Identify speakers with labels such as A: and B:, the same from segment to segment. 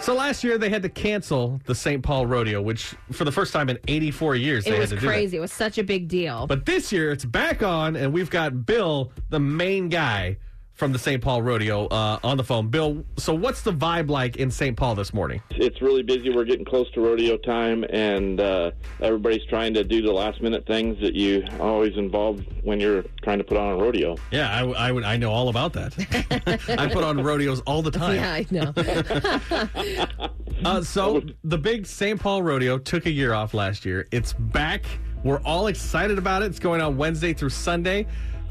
A: So last year they had to cancel the St. Paul rodeo, which for the first time in 84 years they
B: It was
A: had to do that.
B: crazy. It was such a big deal.
A: But this year it's back on, and we've got Bill, the main guy from the St. Paul rodeo, uh, on the phone. Bill, so what's the vibe like in St. Paul this morning?
C: it's really busy. We're getting close to rodeo time, and uh, everybody's trying to do the last minute things that you always involve when you're trying to put on a rodeo.
A: Yeah, I, I would. I know all about that. I put on rodeos all the time.
B: yeah, I know.
A: Uh, so the big St. Paul rodeo took a year off last year. It's back. We're all excited about it. It's going on Wednesday through Sunday.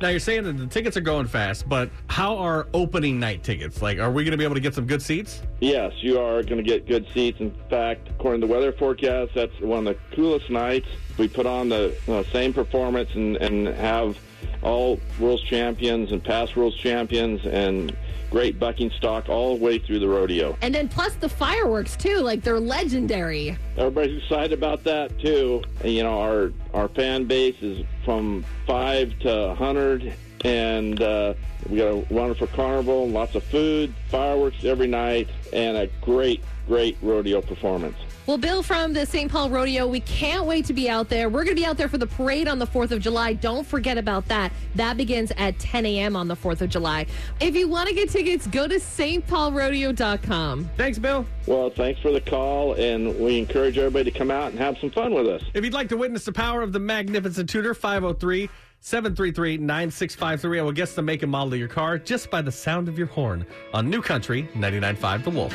A: Now you're saying that the tickets are going fast, but how are opening night tickets? Like, are we going to be able to get some good seats?
C: Yes, you are going to get good seats. In fact, according to the weather forecast, that's one of the coolest nights. We put on the uh, same performance and, and have all world's champions and past world's champions and great bucking stock all the way through the rodeo.
B: And then plus the fireworks, too. Like, they're legendary.
C: Everybody's excited about that too. And, you know, our our fan base is from five to hundred, and uh, we got a runner for carnival, lots of food, fireworks every night, and a great, great rodeo performance.
B: Well, Bill from the St. Paul Rodeo, we can't wait to be out there. We're going to be out there for the parade on the 4th of July. Don't forget about that. That begins at 10 a.m. on the 4th of July. If you want to get tickets, go to stpaulrodeo.com.
A: Thanks, Bill.
C: Well, thanks for the call, and we encourage everybody to come out and have some fun with us.
A: If you'd like to witness the power of the Magnificent Tutor, 503 733 9653. I will guess the make and model of your car just by the sound of your horn on New Country 99.5 The Wolf.